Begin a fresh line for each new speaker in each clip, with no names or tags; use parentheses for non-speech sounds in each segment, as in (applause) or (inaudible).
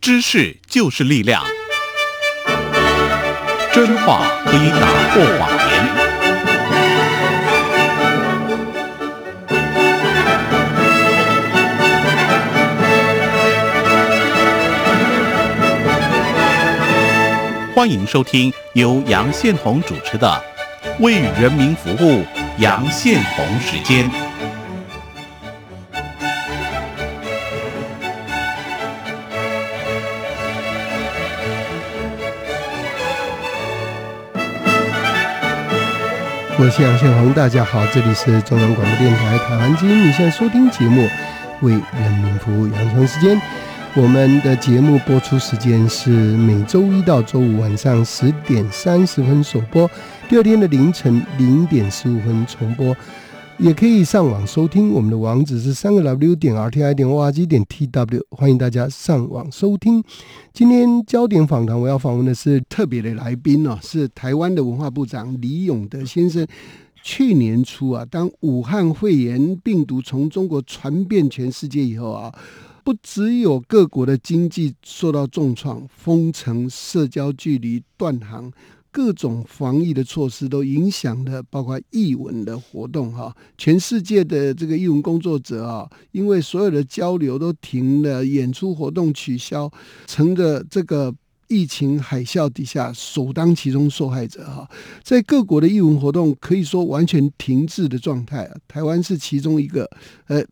知识就是力量，真话可以打破谎言。欢迎收听由杨宪宏主持的《为人民服务》杨宪宏时间。
我是杨宪宏，大家好，这里是中央广播电台台湾之音，你现在收听节目为人民服务，杨宪宏时间。我们的节目播出时间是每周一到周五晚上十点三十分首播，第二天的凌晨零点十五分重播，也可以上网收听。我们的网址是三个 w 点 r t i 点 o r g 点 t w，欢迎大家上网收听。今天焦点访谈，我要访问的是
特别的来宾哦，是台湾的文化部长李永德先生。去年初啊，当武汉肺炎病毒从中国传遍全世界以后啊，不只有各国的经济受到重创，封城、社交距离、断航，各种防疫的措施都影响了包括艺文的活动哈、全世界的这个艺文工作者啊，因为所有的交流都停了，演出活动取消，乘着这个疫情海啸底下，首当其冲受害者哈、在各国的艺文活动可以说完全停滞的状态啊，台湾是其中一个，呃。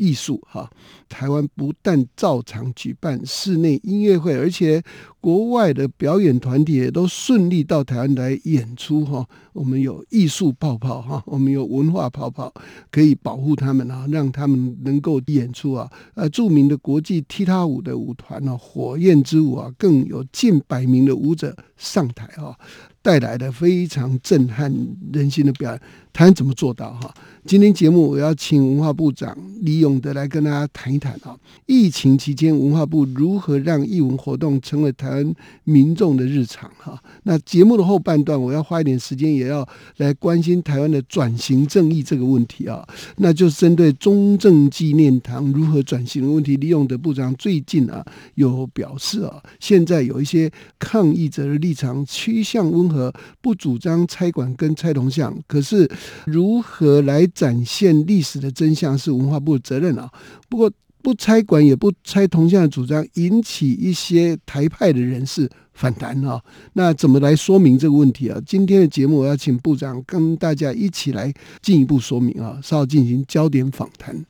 艺术哈、台湾不但照常举办室内音乐会，而且国外的表演团体也都顺利到台湾来演出哈、我们有艺术泡泡哈、我们有文化泡泡，可以保护他们啊，让他们能够演出啊。呃，著名的国际踢踏舞的舞团呢、火焰之舞啊，更有近百名的舞者上台啊，带来的非常震撼人心的表演。台湾怎么做到哈、今天节目我要请文化部长李永德来跟大家谈一谈啊，疫情期间文化部如何让艺文活动成为台湾民众的日常哈、那节目的后半段，我要花一点时间，也要来关心台湾的转型正义这个问题啊。那就是针对中正纪念堂如何转型的问题，李永德部长最近啊有表示啊，现在有一些抗议者的立场趋向温和，不主张拆管跟拆铜像，可是如何来展现历史的真相是文化部的责任啊。不过。不拆管也不拆铜像的主张，引起一些台派的人士反弹啊。那怎么来说明这个问题啊？今天的节目我要请部长跟大家一起来进一步说明啊，稍后进行焦点访谈。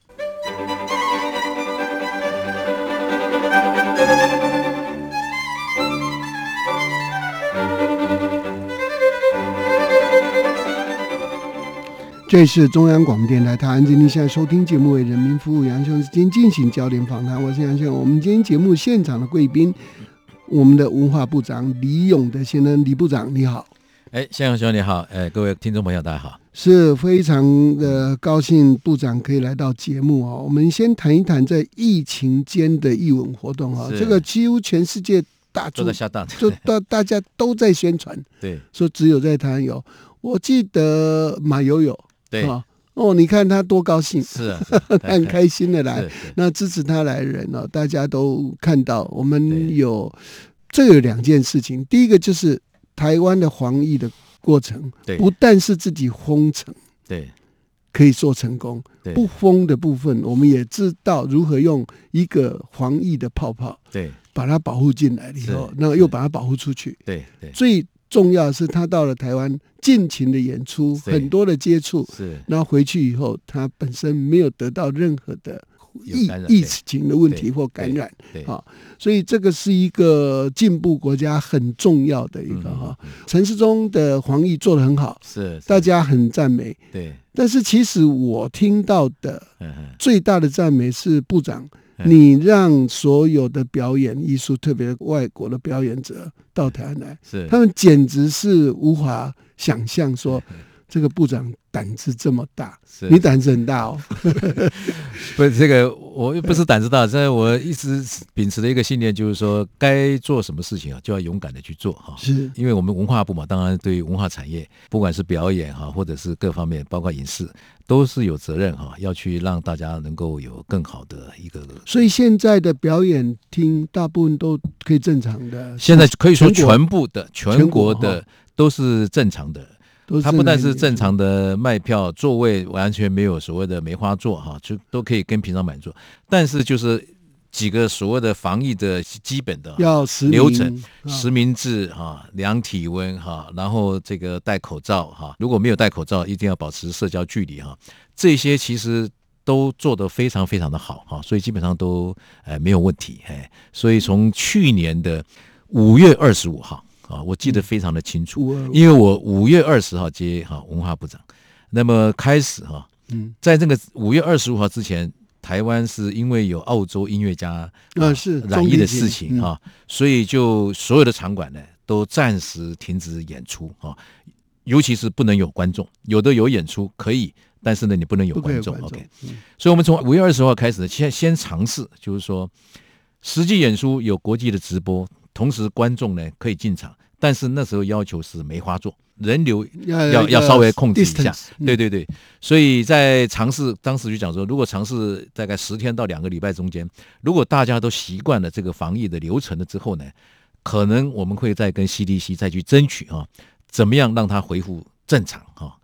这里是中央广播电台台湾之音，现在收听节目为人民服务，杨先生今天进行焦点访谈，我是杨先生。我们今天节目现场的贵宾，我们的文化部长李永德先生，李部长你好。
哎，向阳兄你好，哎，各位听众朋友大家好。
是非常的高兴，部长可以来到节目哦。我们先谈一谈在疫情间的艺文活动啊、
是
这个几乎全世界大
都
众
在下档，
就大大家都在宣传，
对
说只有在台湾有。我记得马友友
对
啊， (laughs) 哦，你看他多高兴，(laughs)
是啊，
他很开心的来
是。是
那支持他来的人呢、大家都看到，我们
对
有这有两件事情，第一个就是台湾的防疫的过程，
对
不但是自己封城。
对
可以做成功。
对
不封的部分，我们也知道如何用一个防疫的泡泡
对
把它保护进来了以后
是，
那又把它保护出去。
对对，
最重要的是，他到了台湾尽情的演出，
对
很多的接触，
是
然后回去以后，他本身没有得到任何的
有
疫
感染
疫
对
情的问题
对
或感染。
对
啊所以这个是一个进步国家很重要的一个哈。陈世忠的防疫做得很好，
嗯是
大家很赞美。
对，
但是其实我听到的
嗯嗯
最大的赞美是部长，
嗯
你让所有的表演艺术，特别外国的表演者
嗯
到台湾来，
是嗯
他们简直是无法想象说这个部长胆子这么大？
是
你胆子很大
(laughs)
哦，
不是这个，我又不
嗯
是胆子大，这我一直秉持的一个信念就是说，该做什么事情啊，就要勇敢的去做哈。
是
因为我们文化部嘛，当然对于文化产业，不管是表演哈，或者是各方面，包括影视，都是有责任哈，要去让大家能够有更好的一个。
所以现在的表演厅大部分都可以正常的，
现在可以说
全国
全部的、全国
全国
的都是正常的，
都是
它不但是
正
正
常
常的卖票，座位完全没有所谓的梅花座哈，就都可以跟平常买座，但是就是几个所谓的防疫的基本的
一点，要实名
流程、
啊
实名制哈、量体温哈、然后这个戴口罩哈、如果没有戴口罩，一定要保持社交距离哈、这些其实。都做得非常非常的好哈，所以基本上都呃没有问题哎，所以从去年的五月二十五号啊，我记得非常的清楚，
我
因为我五月二十号接哈文化部长，那么开始哈，
嗯
在那个五月二十五号之前，台湾是因为有澳洲音乐家
啊是
(laughs) 染疫的事
钟丽
情
琴嗯
哈，所以就所有的场馆呢都暂时停止演出啊，尤其是不能有观众，有的有演出可以，但是呢你不能有
不可以
观
有
众
观众嗯
OK，所以我们从五月二十号开始呢，先先尝试，就是说实际演出有国际的直播，同时观众呢可以进场，但是那时候要求是梅花座，人流
要
要要稍微控制一下
distance，。嗯
对对对，所以在尝试当时就讲说，如果尝试大概十天到两个礼拜中间，如果大家都习惯了这个防疫的流程了之后呢，可能我们会再跟 CDC 再去争取啊，怎么样让它恢复正常啊。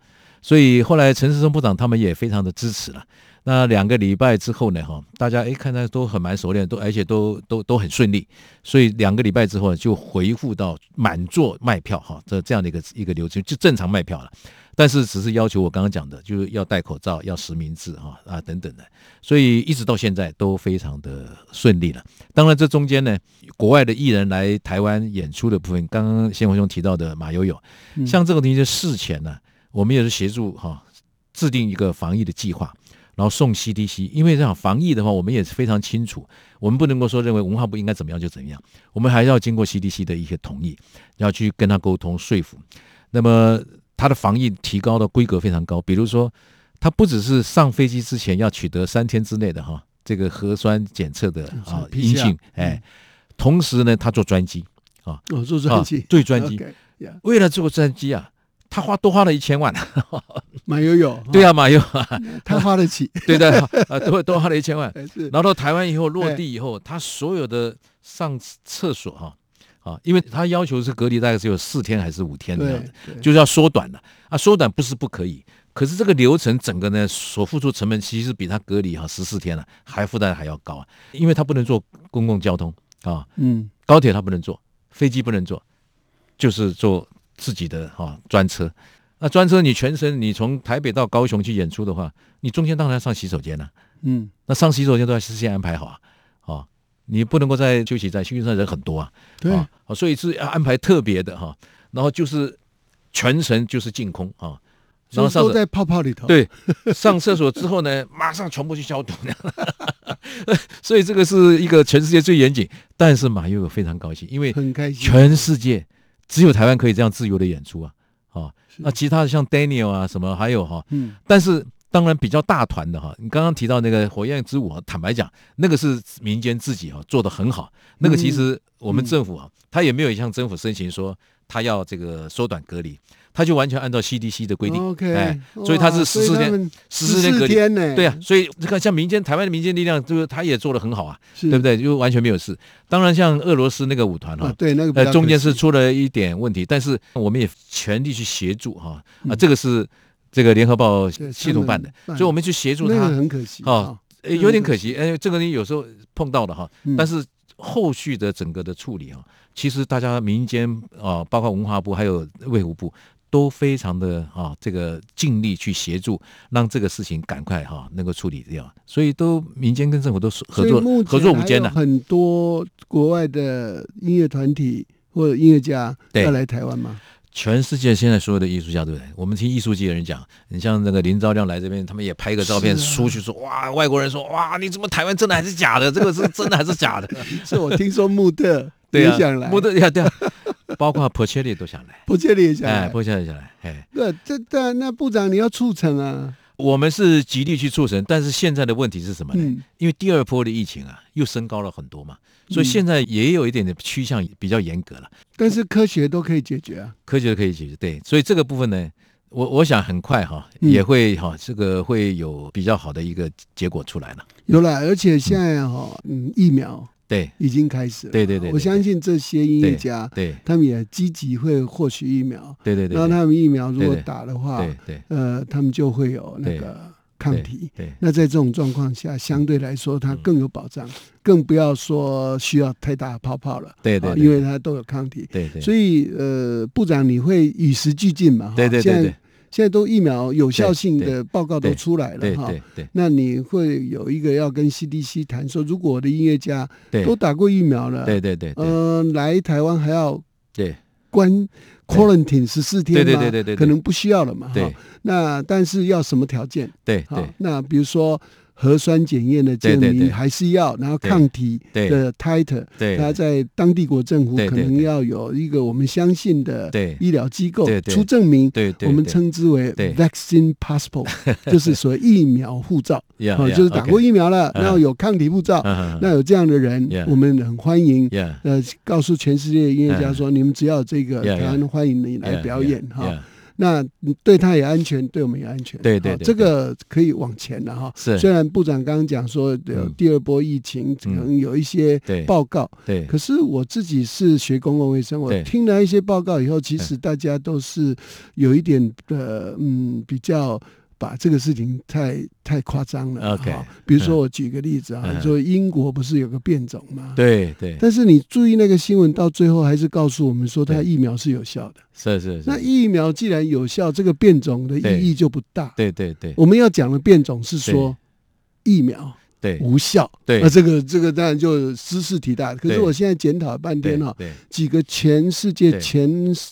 所以后来陈世忠部长他们也非常的支持了。那两个礼拜之后呢，哈，大家哎看他都很蛮熟练，都而且都都都很顺利，所以两个礼拜之后就恢复到满座卖票哈，这这样的一个一个流程就正常卖票了。但是只是要求我刚刚讲的，就是要戴口罩、要实名制哈啊等等的，所以一直到现在都非常的顺利了。当然，这中间呢，国外的艺人来台湾演出的部分，刚刚先文兄提到的马友友，
嗯
像这个东西，事前呢，我们也是协助哈、制定一个防疫的计划，然后送 CDC，因为这样防疫的话，我们也是非常清楚，我们不能够说认为文化部应该怎么样就怎么样，我们还要经过 CDC 的一些同意，要去跟他沟通说服。那么它的防疫提高的规格非常高，比如说，它不只是上飞机之前要取得三天之内的哈这个核酸检测的啊
是
阴
PCR
性，哎，同时呢，他坐专机，
哦，做专辑，
啊对专辑
OK，yeah，
为了坐专机啊，他花多花了一千万、
马友友，
(laughs) 对
啊，
啊，马友啊，
他花得
(laughs)
起，(laughs)
对的，啊，多多花了一千万。
哎是
然后到台湾以后落地以后，他所有的上厕所哈啊，因为他要求是隔离大概只有四天还是五天的样
对
子，，
对
就是要缩短了啊，缩短不是不可以。可是这个流程整个呢，所付出成本其实比他隔离哈十四天了、啊还负担还要高啊，因为他不能坐公共交通啊，
嗯，
高铁他不能坐，飞机不能坐，就是坐自己的哈、专车。那专车你全程你从台北到高雄去演出的话，你中间当然要上洗手间了、啊
嗯，
那上洗手间都要事先安排好啊，哦，你不能够在休息站，休息站人很多啊，
对，
啊，哦所以是要安排特别的哈、然后就是全程就是净空啊，然
就
后上
都
厕
在泡泡里头，，
(laughs) 对上厕所之后呢， (laughs) 马上全部去消毒， (laughs) 所以这个是一个全世界最严谨，但是马友友非常高兴，因为
很开心，
全世界只有台湾可以这样自由的演出啊，啊，
是
那其他的像 Daniel 啊什么还有哈、
嗯，
但是当然比较大团的哈，你刚刚提到那个火焰之舞啊，坦白讲，那个是民间自己哈做的很好，那个其实我们政府啊，他也没有向政府申请说他要这个缩短隔离，他就完全按照 CDC 的规定，哎
，OK，，
所以他是
哇
十四，
所以他
天，
们
14天隔
14
离。
天呢，
对啊，，所以你看，像民间台湾的民间力量，就是他也做的很好啊，
是
对不对？就完全没有事。当然，像俄罗斯那个舞团哈、
啊，对，那个比较
呃，中间
可
是
惜
出了一点问题，但是我们也全力去协助哈啊，这个是这个联合报
嗯对
系统办的
他，们
所以我们去协助
那个
他，
很可惜
哦
啊，
呃有点可惜，哎，这个你有时候碰到了哈，
嗯
但是后续的整个的处理啊，其实大家民间啊，包括文化部还有卫福部。都非常的啊，这个尽力去协助，让这个事情赶快哈、能够处理掉，所以都民间跟政府都是合
所以
作
目前
合作无间
还
呐、
有很多国外的音乐团体或者音乐家
对
要来台湾
(laughs)
嘛，
全世界现在所有的艺术家，对不对？我们听艺术界的人讲，你像那个林昭亮来这边，他们也拍一个照片
是啊
出去说，哇，外国人说，哇，你怎么台湾真的还
(laughs)
是假的？这个是真的还是假的？
是我听说穆特
(laughs) 对
也
啊，
想来，
莫德呀，对啊， (laughs) 包括 p o c h e l i 都想来，
不建立一下
哎
来
p。o c h e l i 想来，哎，
对，这但那部长你要促成啊，
我们是极力去促成，但是现在的问题是什么呢？
嗯
因为第二波的疫情啊，又升高了很多嘛，所以
嗯
现在也有一点点趋向比较严格了。
但是科学都可以解决啊。
科学可以解决，对，所以这个部分呢，我我想很快哈、
嗯
也会哈、这个会有比较好的一个结果出来了。
有了，而且现在哈、哦，嗯，疫苗
对，
已经开始了。
对对对对
我相信这些音乐家，
对，
他们也积极会获取疫苗，
对对对，
然后他们疫苗如
对
果
对
打的话，
对对
呃，他们就会有那个抗
对
体。
对
那在这种状况下，相对来说它更有保
嗯
障，更不要说需要太大的泡泡了，
对对
啊
对
因为它都有抗体。
对对，
所
以
以呃，部长你会与时俱进嘛？哈
对对对
现在
对
现在都疫苗有效性
对
的报告都
对
出来了
对
哈。
对对
那你会有一个要跟 CDC 谈说，如果我的音乐家
对，
都打过疫苗了，
对对对对
呃，来台湾还要
对
关 quarantine 十四天吗？
对对对对对对
可能不需要了嘛。哈
对。
那但是要什么条件？
对
好
对，
那比如说核酸检验的证
对对对
明还是要，然后抗体
对
的 titer，
对
它在当地国政府
对
可
对
能
对
要有一个我们相信的
对
医疗机构
对对
出证明。
对对，
我们称之为
对
vaccine
(laughs)
passport，就是所谓疫苗护照，
呀，
哦，就是打过疫苗了，
嗯
然后有抗体护照，那有这样的人
Yeah，
我们很欢迎。
呀
呃，告诉全世界的音乐
哎
家说，你们只要有这个，
Yeah，
台湾欢迎你来表演哈。
哈，
那对他也安全，对我们也安全。
对对
好
对
这个可以往前了哈。
是
虽然部长刚刚讲说有
嗯
第二波疫情，可能有一些
对
报告，
对
可是我自己是学公共卫生，我
对嗯
听了一些报告以后，其实大家都是有一点呃嗯比较。把这个事情太太夸张了。
OK，
哈比如说我举个例子啊，
嗯
说英国不是有个变种吗？。
对对，
但是你注意那个新闻，到最后还是告诉我们说，它
对
疫苗是有效的。
是是
那
是，
疫苗既然有效，这个变种的意义就不大。
对对对
我们要讲的变种是说疫苗
对
无效，啊
对
那这个这个当然就知识体大。可是
对
我现在检讨了半
对
天哈，
对
几个全世界
对
前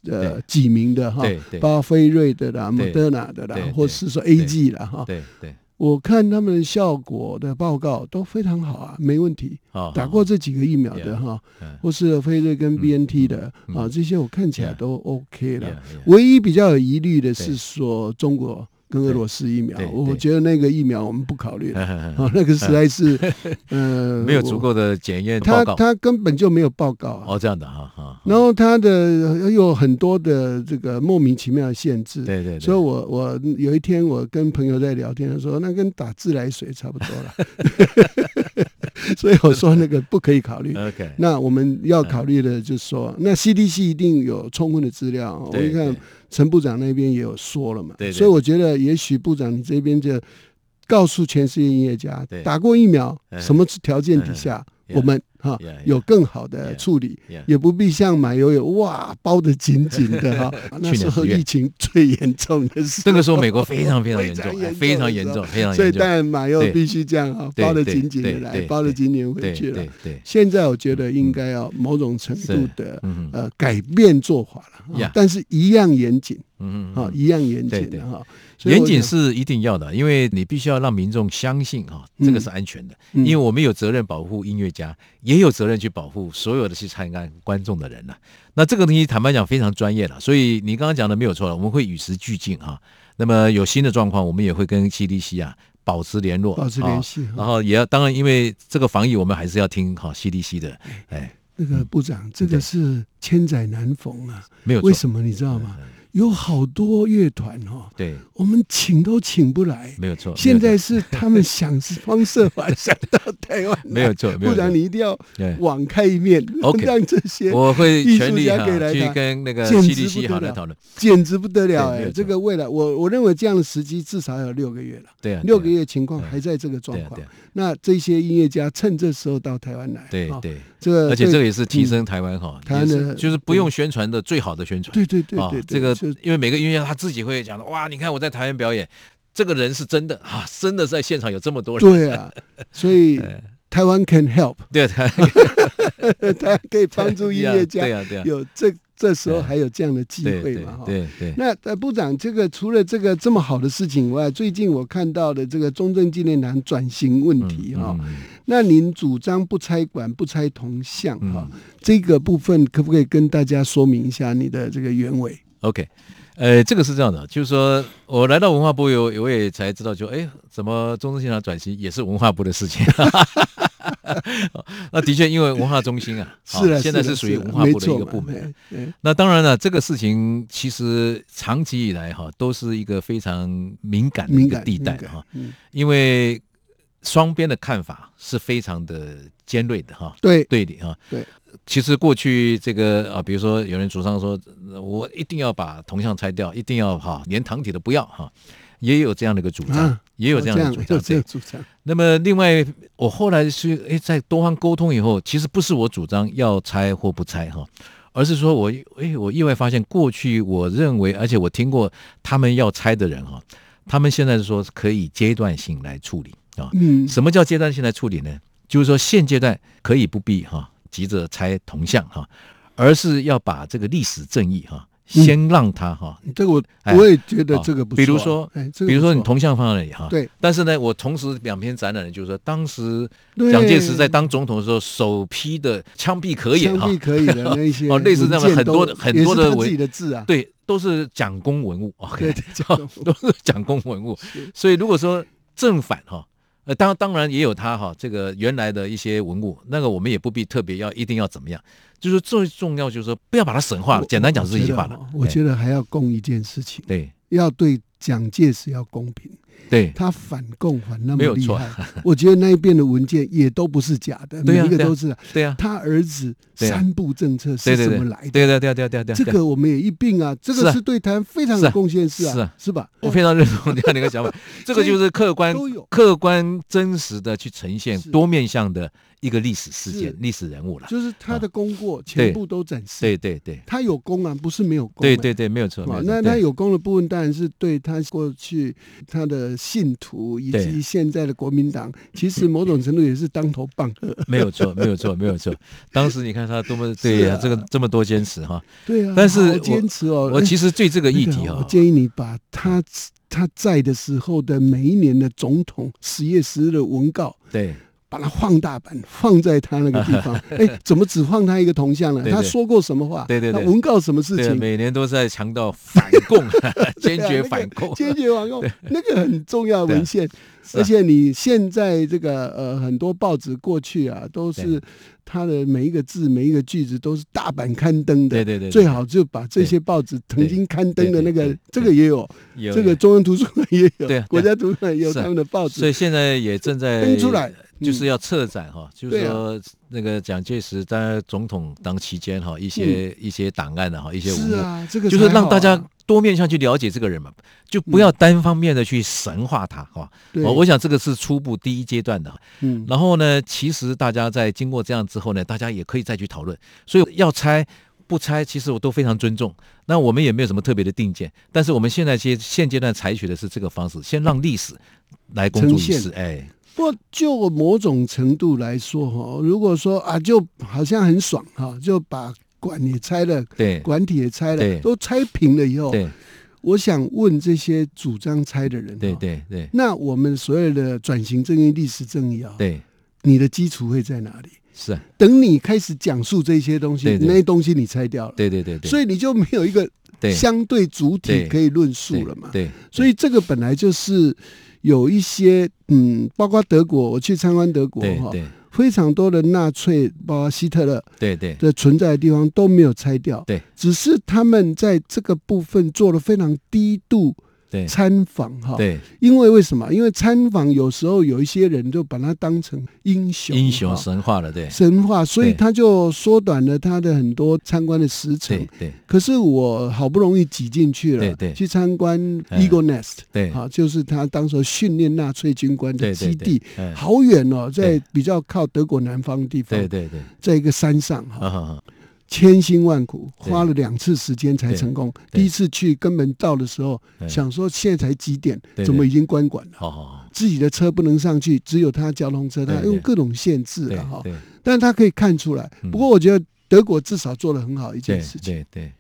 呃
对
几名的哈，
对对
巴菲瑞的啦、莫
对
德纳的啦
对，
或是说 A G 啦哈，
对对，
我看他们效果的报告都非常好啊，没问题。
好
打过这几个疫苗的
Yeah
哈，
嗯
或是辉瑞跟 B N T 的
嗯
啊，
嗯
这些我看起来
Yeah
都 OK 了。
我
唯一比较有疑虑的是
对
说中国跟俄罗斯疫苗
对，对
我
对
觉得那个疫苗我们不考虑了，啊， (laughs) 那个实在是呃
嗯 (laughs) 没有足，够的检验
我
报
他
告。
他根本就没有报告啊。
哦，这样的哈哈。
然后他的有很多的这个莫名其妙的限制，
对对对，
所以我我有一天我跟朋友在聊天，他说那跟打自来水差不多
(laughs)
了， (laughs) 所以我说那个不可以考虑。
OK，
那我们要考虑的就是说，那 CDC 一定有充分的资料啊。我
嗯对
一看
对
陈部长那边也有说了嘛，
对对
所以我觉得也许部长你这边就告诉全世界音乐家
对，
打过疫苗，
嗯
什么条件底下
嗯
我们哈
Yeah，yeah
有更好的
Yeah
处理
Yeah，
也不必像马友友哇包得紧紧的
(laughs)
哈。那时候
去年十月
疫情最严重的时候，
这个时候美国非常非常严
非常
重，
严
哎
重
非常严重，非常
所以
严
当
重。
然马友友
(laughs) 对
必须这样哈，
对
包得
对
紧紧的
对
来，
对
包得
对
紧紧回
对
去了
对。嗯对，
现在我觉得应该要某种程度的、
嗯哼
呃改变做法了，啊
Yeah
但是一样严谨
嗯
啊
嗯，，
一样严
对
谨
对
的哈。所以我
严谨
想
是一定要的，因为你必须要让民众相信哈，这个是安全的。
嗯
因为我们有责任保护音乐家，也有责任去保护所有的去参观观众的人了。那这个东西坦白讲非常专业了，所以你刚刚讲的没有错了，我们会与时俱进啊。那么有新的状况，我们也会跟 CDC 啊保持联络，
保持
啊
联系哈
然后也要当然，因为这个防疫，我们还是要听好 CDC 的，
嗯
哎，
那个部长，这个是千载难逢啊！
没有错
为什么你知道吗？有好多乐团哦，
对，
我们请都请不来。
没有错。
现在是他们想方设法想到台湾来，
(laughs) 没有错没有
部长
错
你一定要
对
网开一面，
OK
让这些
我会
艺
全
术
力
家
哈
可以来
去
谈
跟那个
简直不
CDC 好
得
来
了
讨论。
简直不得了
对
哎、
没有错
这个未来，我我认为这样的时机至少有六个月了，
对啊，
六个
对啊
月情况
对啊
还在这个状
对啊
况
对啊。
那这些音乐家趁这时候到台湾来，
对
啊
对，
这个
而且这个
对嗯
也是提升台湾哈，
台湾
也是
的
就是不用宣传的最好的宣传。
对对对
啊
对，
这个
就
因为每个音乐家他自己会讲的，哇，你看我在台湾表演，这个人是真的啊，真的在现场有这么多人。
对啊，所
(laughs)
以台湾 can help， (laughs)
对啊，
台湾可以帮助音乐
对
家
啊，对啊，
有这这时候还有这样的机会嘛？哈。
对对对，
那呃，部长，这个除了这个这么好的事情以外，最近我看到的这个中正纪念堂转型问题哈、
嗯
那您主张不拆馆、不拆铜像
嗯
哈、这个部分可不可以跟大家说明一下你的这个原委？
OK，呃，这个是这样的，就是说我来到文化部有，我也才知道就，哎，怎么中正现场转型也是文化部的事情。 (laughs) 那的确，因为文化中心啊，好
(laughs) 是啊，
现在
啊
是属于
啊
文化部的一个部
没错
门。
嘛哎哎
那当然了，这个事情其实长期以来哈，都是一个非常敏感的一
敏
个
感
地带
敏感
哈，
嗯
因为双边的看法是非常的尖锐的哈。
对
对的啊。
对，
其实过去这个啊，比如说有人主张说，呃我一定要把铜像拆掉，一定要哈、连堂体都不要哈、也有这样的一个主张，
啊
也有这样的主
有
张。
这样
对
的，主张，
那么另外我后来是诶，在多方沟通以后，其实不是我主张要拆或不拆哈、而是说我诶，我意外发现过去我认为，而且我听过他们要拆的人哈、他们现在是说可以阶段性来处理啊。
嗯，
什么叫阶段性来处理呢？就是说现阶段可以不必哈、急着拆铜像哈、而是要把这个历史正义哈、
嗯
先让它哈、
这个我
哎
我也觉得这个不错啊。
比如说
哎，这个不错
比如说你铜像放在那里哈、
对
但是呢，我同时两篇展览，就是说当时
对
蒋介石在当总统的时候，首批的枪毙可以哈
枪、毙可以
(laughs)
的那一些
哦类似这样
文
的
件
很多
都
的很多的
也是他
文
自己的字啊，
对，都是蒋公文物啊，
对
(laughs) 都是蒋公文物。所以如果说正反哈，呃，当当然也有它哈，这个原来的一些文物，那个我们也不必特别要一定要怎么样，就是最重要就是说不要把它神化了，简单讲是一句话了。哎
我
得
觉得还要供一件事情，
对
要对蒋介石要公平，
对
他反共反那么
没有
厉
错
害，我觉得那一边的文件也都不是假的，
对
每
啊
一个都是啊。
对啊，
(laughs) 他儿子
对啊
三部政策是
对对
怎
对
么来的？
对对啊对对对对，
这个我们也一并啊，这
是
个
啊
是对台湾非常
是啊
有贡献，是
是
啊
啊，
是吧？
我非常认同这样的一
(laughs)
个想法，这个就是客观
都有
客观真实的去呈现
是
多面向的一个历史事
是
件、历史人物了。
就是他的功过
对
全部都展示，
对对对
他有功啊，不是没有功啊。
对对对，没有错。没
啊
有，错
那
对
他有功的部分当然是对他过去他的信徒以及
对
现在的国民党，其实某种程度也是当头棒
(laughs)
喝。 (laughs)
没有错，没有错，没有错。当时你看他多么
是
对呀、
啊
这个这么多坚持哈。
对啊，
但是
好
我
坚持哦，
我其
实
实对这个议题啊
我
哈，
建议你把他他在的时候的每一年的总统十月十日的文告。
对
把它放大版放在他那个地
(laughs)
方，哎，怎么只放他一个铜像呢？
对对
他说过什么话？
对对对
他文告什么事
对啊，
(laughs) 情？啊
每年都在强调反
(laughs)
共， (laughs) 坚决反共，
坚决
(laughs)
反共，那个很重要的文献。
是啊
而且你现在这个呃，很多报纸过去啊，都是它的每一个字、每一个句子都是大版刊登的。
对对对对
最好就把这些报纸曾经刊登的那
对
个
对对，
这个也有，
有
这个中央图书馆也有
对啊，
国家图书馆也有
是啊
他们的报
所
纸。
以现在也正在
登出来嗯
就是要策展哈，就是
对啊
说那个蒋介石在总统当期间哈，一些一些档案的哈，一些
嗯
文
是
物，
啊，这个
就是
才好
让
啊嗯
大家多面向去了解这个人嘛，就不要单方面的去神化他哈。
对，
我我想这个是初步第一阶段的哈。
嗯
然后呢，其实大家在经过这样之后呢，大家也可以再去讨论。所以要拆不拆，其实我都非常尊重。那我们也没有什么特别的定见，但是我们现在阶现阶段采取的是这个方式，先让历史来公诸于
呈
世。哎，
不过，就某种程度来说，哈，如果说啊，就好像很爽哈，就把管也拆了，
对
管体也拆了，
对
都拆平了以后，
对
我想问这些主张拆的人，
对
哈，
对对
那我们所谓的转型正义、历史正义啊，
对，
你的基础会在哪里？
是啊，
等你开始讲述这些东西，
对对
那些东西你拆掉了，
对对对对，
所以你就没有一个
对
相对主体
对
可以论
对
述了嘛？
对，
所以这个本来就是有一些嗯，包括德国，我去参观德国
对
哈，
对
非常多的纳粹，包括希特勒
对对
的存在的地方都没有拆掉，
对，
只是他们在这个部分做了非常低度
对
参访哈。，
对，
因为为什么？因为参访有时候有一些人就把他当成英雄，
英雄
哈
神话了，对
神话，所以
对
他就缩短了他的很多参观的时程
对。对
可是我好不容易挤进去了，
对对
去参观
嗯
Eagle Nest，、
对
啊，就是他当时训练纳粹军官的
对
基
对
地
对，，嗯
好远哦，在
对
比较靠德国南方的地方
对，对对，
在一个山上哈，
好好好，
千辛万苦，
对
花了两次时间才成功。
对
第一次去根本到的时候，
对
想说现在才几点，
对
怎么已经关馆了？
好好
自己的车不能上去，只有他交通车，
对
他
对
用各种限制了哈
好，。对对
但他可以看出来
嗯。
不过我觉得德国至少做了很好一件
对
事情，
对对，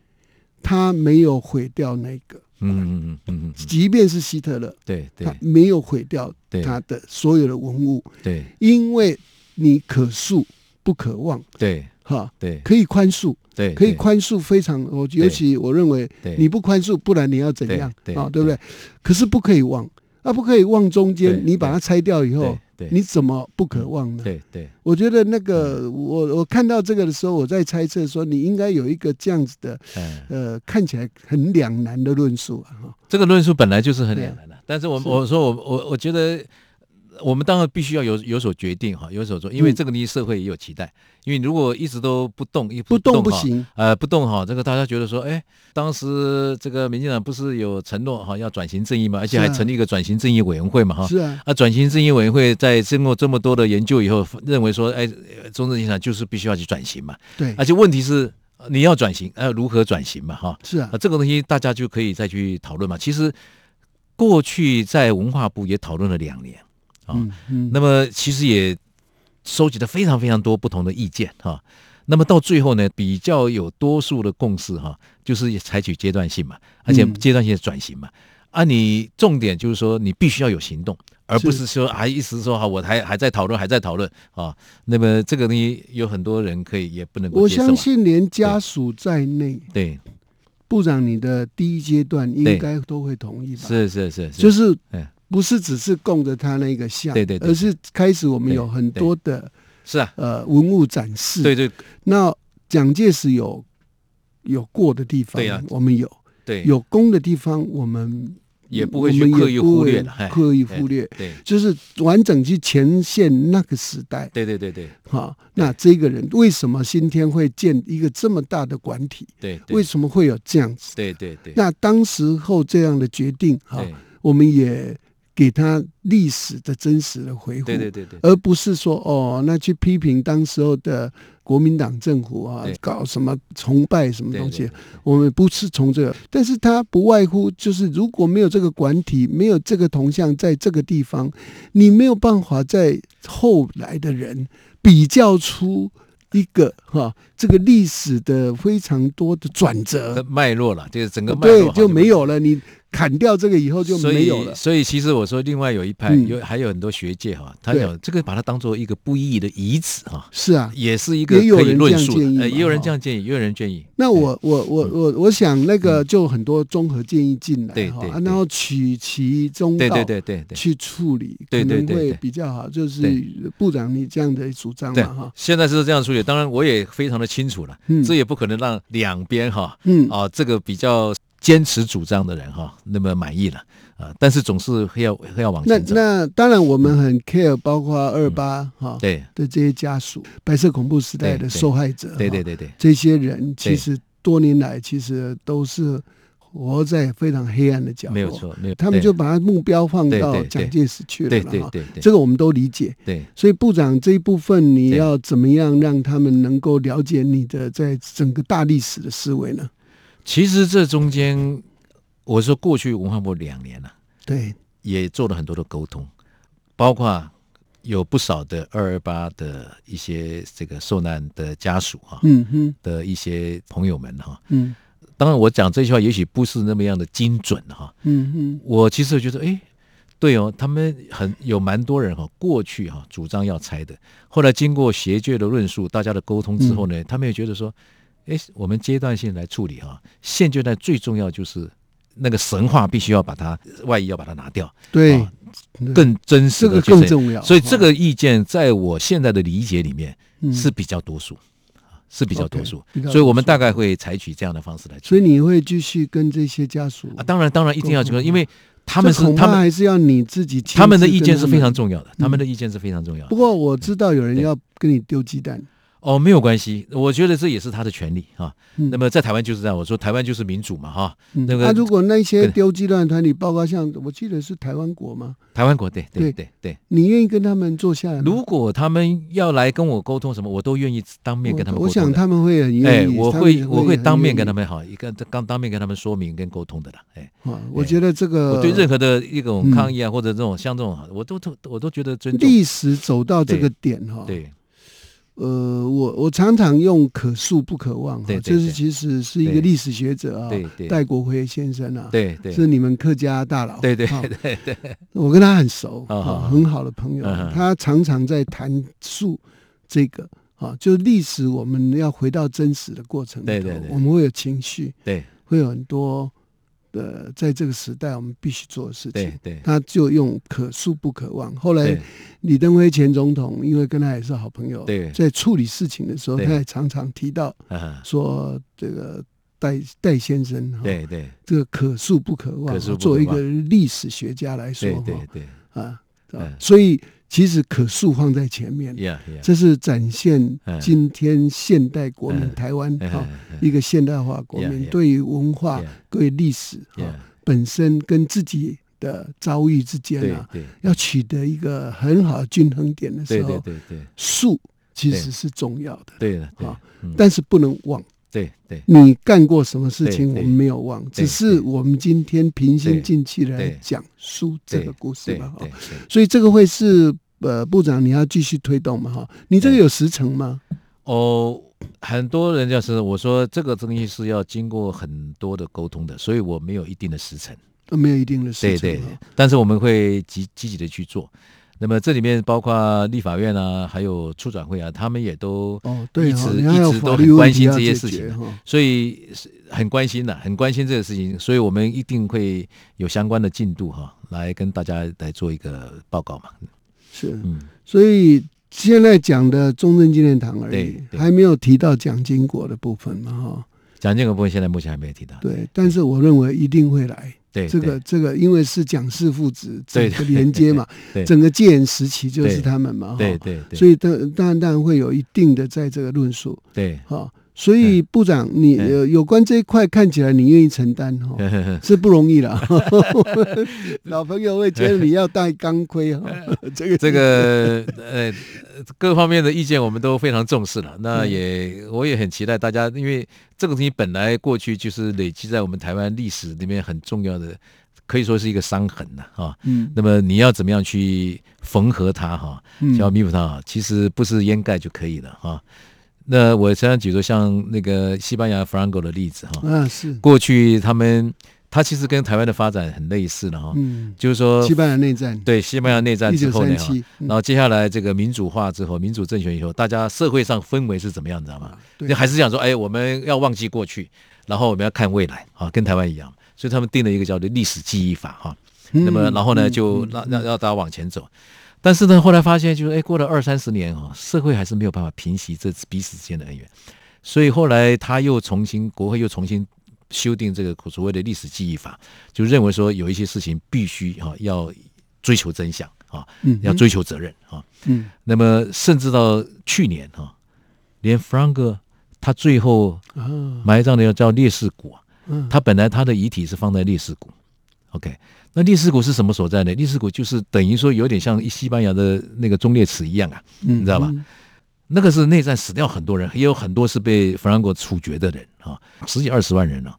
他没有毁掉那个，
嗯嗯嗯嗯嗯，
即便是希特勒，
对对
他没有毁掉
对
他的所有的文物，
对
因为你可恕不可忘，
对
哈，
对
可以宽恕，
对，
可以宽恕非常，我尤其我认为
对
你不宽恕，不然你要怎样
对对
啊？对不对？可是不可以忘，啊，不可以忘中间
对，
你把它拆掉以后
对，对
你怎么不可忘呢？
对嗯对
我觉得那个我我看到这个的时候，我在猜测说，你应该有一个这样子的
嗯，
呃，看起来很两难的论述啊。哈
这个论述本来就是很
对
两难的，但是我
是
我说我我我觉得。我们当然必须要有有所决定哈，有所做，因为
嗯
这个离社会也有期待。因为如果一直都不动，啊一
不动不
哈
行，
呃，不动哈，这个大家觉得说，哎，当时这个民进党不是有承诺哈要转型正义嘛，而且还
是啊
成立一个转型正义委员会嘛哈。
是啊，
啊，转型正义委员会在经过这么多的研究以后，认为说，哎，中正集团就是必须要去转型嘛。
对
而，且问题是，呃你要转型，呃，如何转型嘛哈。
是啊
啊，，这个东西大家就可以再去讨论嘛。其实过去在文化部也讨论了两年啊。
嗯嗯，
那么其实也收集了非常非常多不同的意见哈、那么到最后呢，比较有多数的共识哈、就是采取阶段性嘛，而且
嗯
阶段性的转型嘛。啊，你重点就是说你必须要有行动，而不
是
是说啊一直说哈，我还还在讨论，还在讨论啊。那么这个东西有很多人可以也不能够
我
接受、啊。
相信连家属在内，
对，
部长你的第一阶段
对
应该都会同意吧？
是是是，
就是是
嗯
不是只是供着他那个像，
对对对
而是开始我们有很多的
是啊，
呃文物展示。
对，对
那蒋介石有有过的地方，
对啊
我们有
对，
有功的地方，我们
也不会
我
去
们也
刻意忽略
不
了，
会
哎
刻意忽略，
对
就是完整去前线那个时代
对对对对
哈。那这个人为什么今天会建一个这么大的馆体？
对对，
为什么会有这样子？
对对对，
那当时候这样的决定哈。
对
我们也给他历史的真实的回复，
对对对对，
而不是说哦，那去批评当时候的国民党政府啊
对，
搞什么崇拜什么
对
东西，
对对
我们不是从这个，但是他不外乎就是如果没有这个管体，没有这个铜像在这个地方，你没有办法在后来的人比较出。一个哈，这个历史的非常多的转折，
的呃脉络了，就是整个脉
呃对
络，
就没有了。你砍掉这个以后就
所
没
以
有了。
所以其实我说，另外有一派
嗯
有还有很多学界哈，他
对
讲这个把它当做一个不义的遗址哈，
是啊，
也是一个
也有
可以
人
论
这样
述
建议
的，呃
嘛
也有人
哈
这样建议，也有人建议。
那我我我我我想那个就很多综合建议进来
嗯对
哈
对
啊
对
然后取其中
对
道
对对对对
去处理，
对对
可能
对
会
对
比较好。就是
对
部长你这样的主张
对
嘛哈，，
现在是这样处理，当然我也非常的清楚了
嗯，
这也不可能让两边哈
嗯，
啊这个比较坚持主张的人哈那么满意了啊，但是总是要要往
那
前走。
那当然我们很 care，包括二八哈
嗯对
的这些家属，白色恐怖时代
对
的
对
受害者，
对
哈
对对对，
这些人其
对
实多年来其实都是活在非常黑暗的角落，
没有，错，没有，
呃他们就把他目标放
对
到
对对
蒋介石去了
对
了
对
哈，
对对
这个我们都理解。
对
所以部长这一部分，你
对
要怎么样让他们能够了解你的在整个大历史的思维呢？
其实这中间，我说过去文化部两年了、
对，
也做了很多的沟通，包括有不少的二二八的一些这个受难的家属啊、
嗯哼，
的一些朋友们哈、
嗯
当然，我讲这句话也许不是那么样的精准哈、
嗯哼，
我其实觉得，哎，对哦，他们很有蛮多人哈、过去哈、主张要拆的，后来经过学界的论述、大家的沟通之后呢，
嗯
他们也觉得说，哎，我们阶段性来处理哈、现阶段最重要就是那个神话必须要把它外衣要把它拿掉，
对，
啊更真实
嗯这
的
个
去呈
更
现
重要，
所以这个意见在我现在的理解里面
嗯
是比较多数，啊是比较多数
OK，比较多，数
所以我们大概会采取这样的方式来处
所
理
以你会继续跟这些家属
啊。当然，当然一定要去看，因为他们
这
是
恐怕
他们
还是要你自己亲自
他们的
跟
意见是非常
们。嗯
重要的，他们的意见是非常重要
不
的。
过我知道有人
对
要跟你丢鸡蛋，
哦，没有关系，我觉得这也是他的权利啊。
嗯
那么在台湾就是这样，我说台湾就是民主嘛哈，
嗯
那个
啊如果那些
对
丢鸡蛋的团体，包括像我记得是台湾国嘛，
台湾国对
对
对对对。
你愿意跟他们坐下来吗？
如果他们要来跟我沟通什么，我都愿意当面跟他们
我
沟通
想
的。
他们会很
哎
愿，意，
我
他们也
会我会
很
当面
愿
跟
意
他们好，一个刚当面跟他们说明跟沟通的啦，哎。
啊，我
哎
觉得这个
我对任何的一种
嗯
抗议啊，或者这种像这种，我都都我都觉得尊重。
历史走到这个点哈，
对
呃，我我常常用可塑不可忘啊
对，对
这是
对
其实是一个
对
历史学者啊，
对对
戴国辉先生啊，
对对
是你们客家大佬，
对对
啊
对对，
我跟他很熟
啊
啊
啊，
很好的朋友
嗯嗯，
他常常在谈述这个啊，就是历史我们要回到真实的过程里头，
对对对
我们会有情绪，
对
会有很多呃，在这个时代我们必须做的事情
对。对
他就用可塑不可忘。后来
对
李登辉前总统，因为跟他也是好朋友，
对
在处理事情的时候，
对
他也常常提到
啊，
说这个戴戴先生哈，
对对
这个可塑不可忘。
可塑不可忘
作为一个历史学家来说，
对对
哈
对
啊，啊
嗯
所以其实可塑放在前面，
，yeah yeah，
这是展现
嗯
今天现代国民
嗯
台湾哈
嗯嗯
一个现代化国民
Yeah，yeah
对于文化
Yeah、
对于历史哈
Yeah
本身跟自己的遭遇之间
对
啊，
对
要取得一个很好的均衡点的
对
时
对
候，
对对
塑其实
对
是重要的，
对了，对
啊
嗯
但是不能忘。
对对
你干过什么事情，
对
我
对
们没有忘，
对
只是我们今天平心静气地来
对对
讲书这
对
个故事
对
吧。哈
对，对
所以这个会是呃，部长你要继续推动嘛？哈，你这个有时程吗？
哦，很多人就是我说这个东西是要经过很多的沟通的，所以我没有一定的时辰。
呃没有一定的时
对
程啊
对
哈。，
但是我们会积积极的去做。那么这里面包括立法院啊，还有处转会啊，他们也都
哦，对
一
哈，
直
你还有
一直
法
都
律
很
问
关
题
心
要
这
解
些事情
决
啊，
哈。
所以是很关心的，很关心这个事情，所以我们一定会有相关的进度哈、来跟大家来做一个报告嘛。
是，
嗯，
所以现在讲的中正纪念堂而已
对，对
还没有提到蒋经国的部分嘛？哈，
蒋经国部分现在目前还没有提到。
对，但是我认为一定会来。
对，
这个
对
这个，因为是蒋氏父子整
对
个连接嘛，
对
整个戒严时期就是
对
他们嘛，
对
哈，
对对，
所
以
以当当然当然会有一定的在这个论述
对，
哈，所以部长你
嗯
呃有关这一块看起来你愿意承担哈。是不容易
(laughs)
了， (laughs) 老朋友会觉得你要戴钢盔哈， (laughs) 这个
这个呃，各方面的意见我们都非常重视了。那也我也很期待大家，因为这个东西本来过去就是累积在我们台湾历史里面很重要的，可以说是一个伤痕呐啊
嗯
那么你要怎么样去缝合它哈、
嗯
要弥补它，啊其实不是掩盖就可以了哈、那我常常举出像那个西班牙 Franco 的例子哈、
啊是
过去他们他其实跟台湾的发展很类似了哈、
嗯，
就是说
西班牙内战
呃对西班牙内战
一
之
九
后
三
呢哈、
七，嗯
然后接下来这个民主化之后，民主政权以后，大家社会上氛围是怎么样，你知道吗？
啊对
就还是想说，哎，我们要忘记过去，然后我们要看未来啊，跟台湾一样，所以他们定了一个叫做历史记忆法哈、
嗯
那么然后呢，就
嗯
让让让大家往前走。但是呢，后来发现就是，哎，过了二三十年哦，社会还是没有办法平息这彼此之间的恩怨，所以后来他又重新，国会又重新修订这个所谓的历史记忆法，就认为说有一些事情必须哈、要追求真相啊，
嗯
要追求责任啊。
嗯
那么甚至到去年哈、连 Frank 他最后
啊
埋葬的叫烈士谷啊，
嗯
他本来他的遗体是放在烈士谷，OK，那烈士谷是什么所在呢？烈士谷就是等于说有点像西班牙的那个忠烈祠一样啊，
你
你知道吧？那个是内战死掉很多人，也有很多是被弗兰国处决的人啊，十几二十万人呢、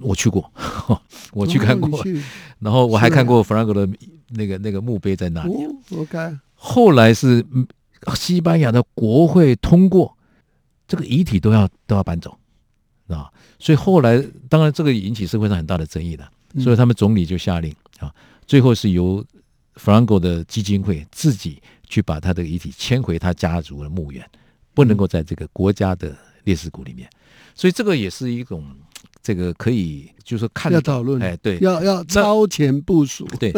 我去过， (laughs) 我去看过， (laughs) 然后我还
哦是啊
看过弗兰国的那个那个墓碑在那里。
哦，OK，
后来是嗯西班牙的国会通过，这个遗体都要都要搬走，啊，所以后来当然这个引起社会上很大的争议的，
嗯
所以他们总理就下令啊，最后是由 Franco 的基金会自己去把他的遗体迁回他家族的墓园，不能够在这个国家的烈士谷里面，所以这个也是一种这个可以就是说看
要讨论
哎对。哦
要要超前部署，
(laughs) 对，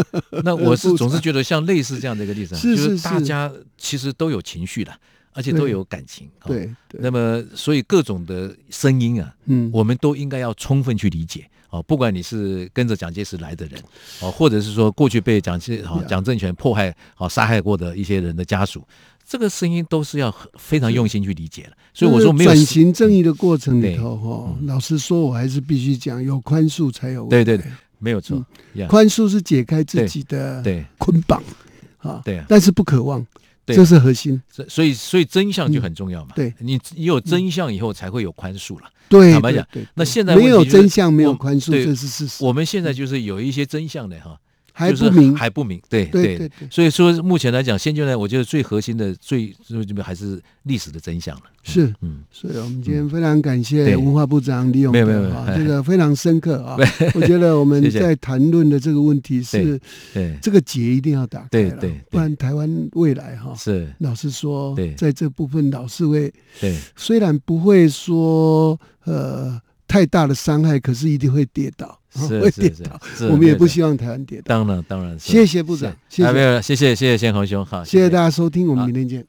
那我是
不
总是
长
觉得像类似这样的一个例子啊，
(laughs) 是
就是大
是
家其实都有情绪的，而且
对
都有感情。啊，
对对，
那么所以各种的声音啊，
嗯
我们都应该要充分去理解哦，不管你是跟着蒋介石来的人哦，或者是说过去被蒋介哦
Yeah
蒋政权迫害哦杀害过的一些人的家属，这个声音都是要很非常用心去理解的。所以我说没有
转
时
型正义的过程里头，哈，老实说，我还是必须讲，有宽恕才有
对对对，没有错，呀
宽恕是解开自己的
对
捆绑啊，
对啊
但是不渴望，
对
这是核心。
所以所以所以真相就很重要嘛。
嗯对嗯
你你有真相以后才会有宽恕了。
对，
坦白讲
对，对
那现在
没有
问题就是
真相，没有
我
宽恕，
对
这是事实。
我们现在就是有一些真相的哈，
还
就是
不明，
还不明，对
对对对
所以说，目前来讲，现阶段我觉得最核心的、最最这边还是历史的真相了。
是。
嗯，
所以我们今天非常感谢
对
文化部长李永
没有没
德
有
啊
没，有
这个非常深刻
(laughs)
啊。我觉得我们
谢谢
在谈论的这个问题是
对对，
这个结一定要打开
对
了
对对
不然台湾未来哈，
是，
老实说
对，
在这部分老是会
对，
虽然不会说呃太大的伤害，可是一定会跌倒，啊 (laughs)
是
会
是
跌
是
倒。
是
我们也不
对
希望台湾跌倒。
当然当然是，
谢谢部长
是
谢谢
啊没有，谢谢谢谢宪宏兄，好，
谢谢大家收听，我们
好
明天见。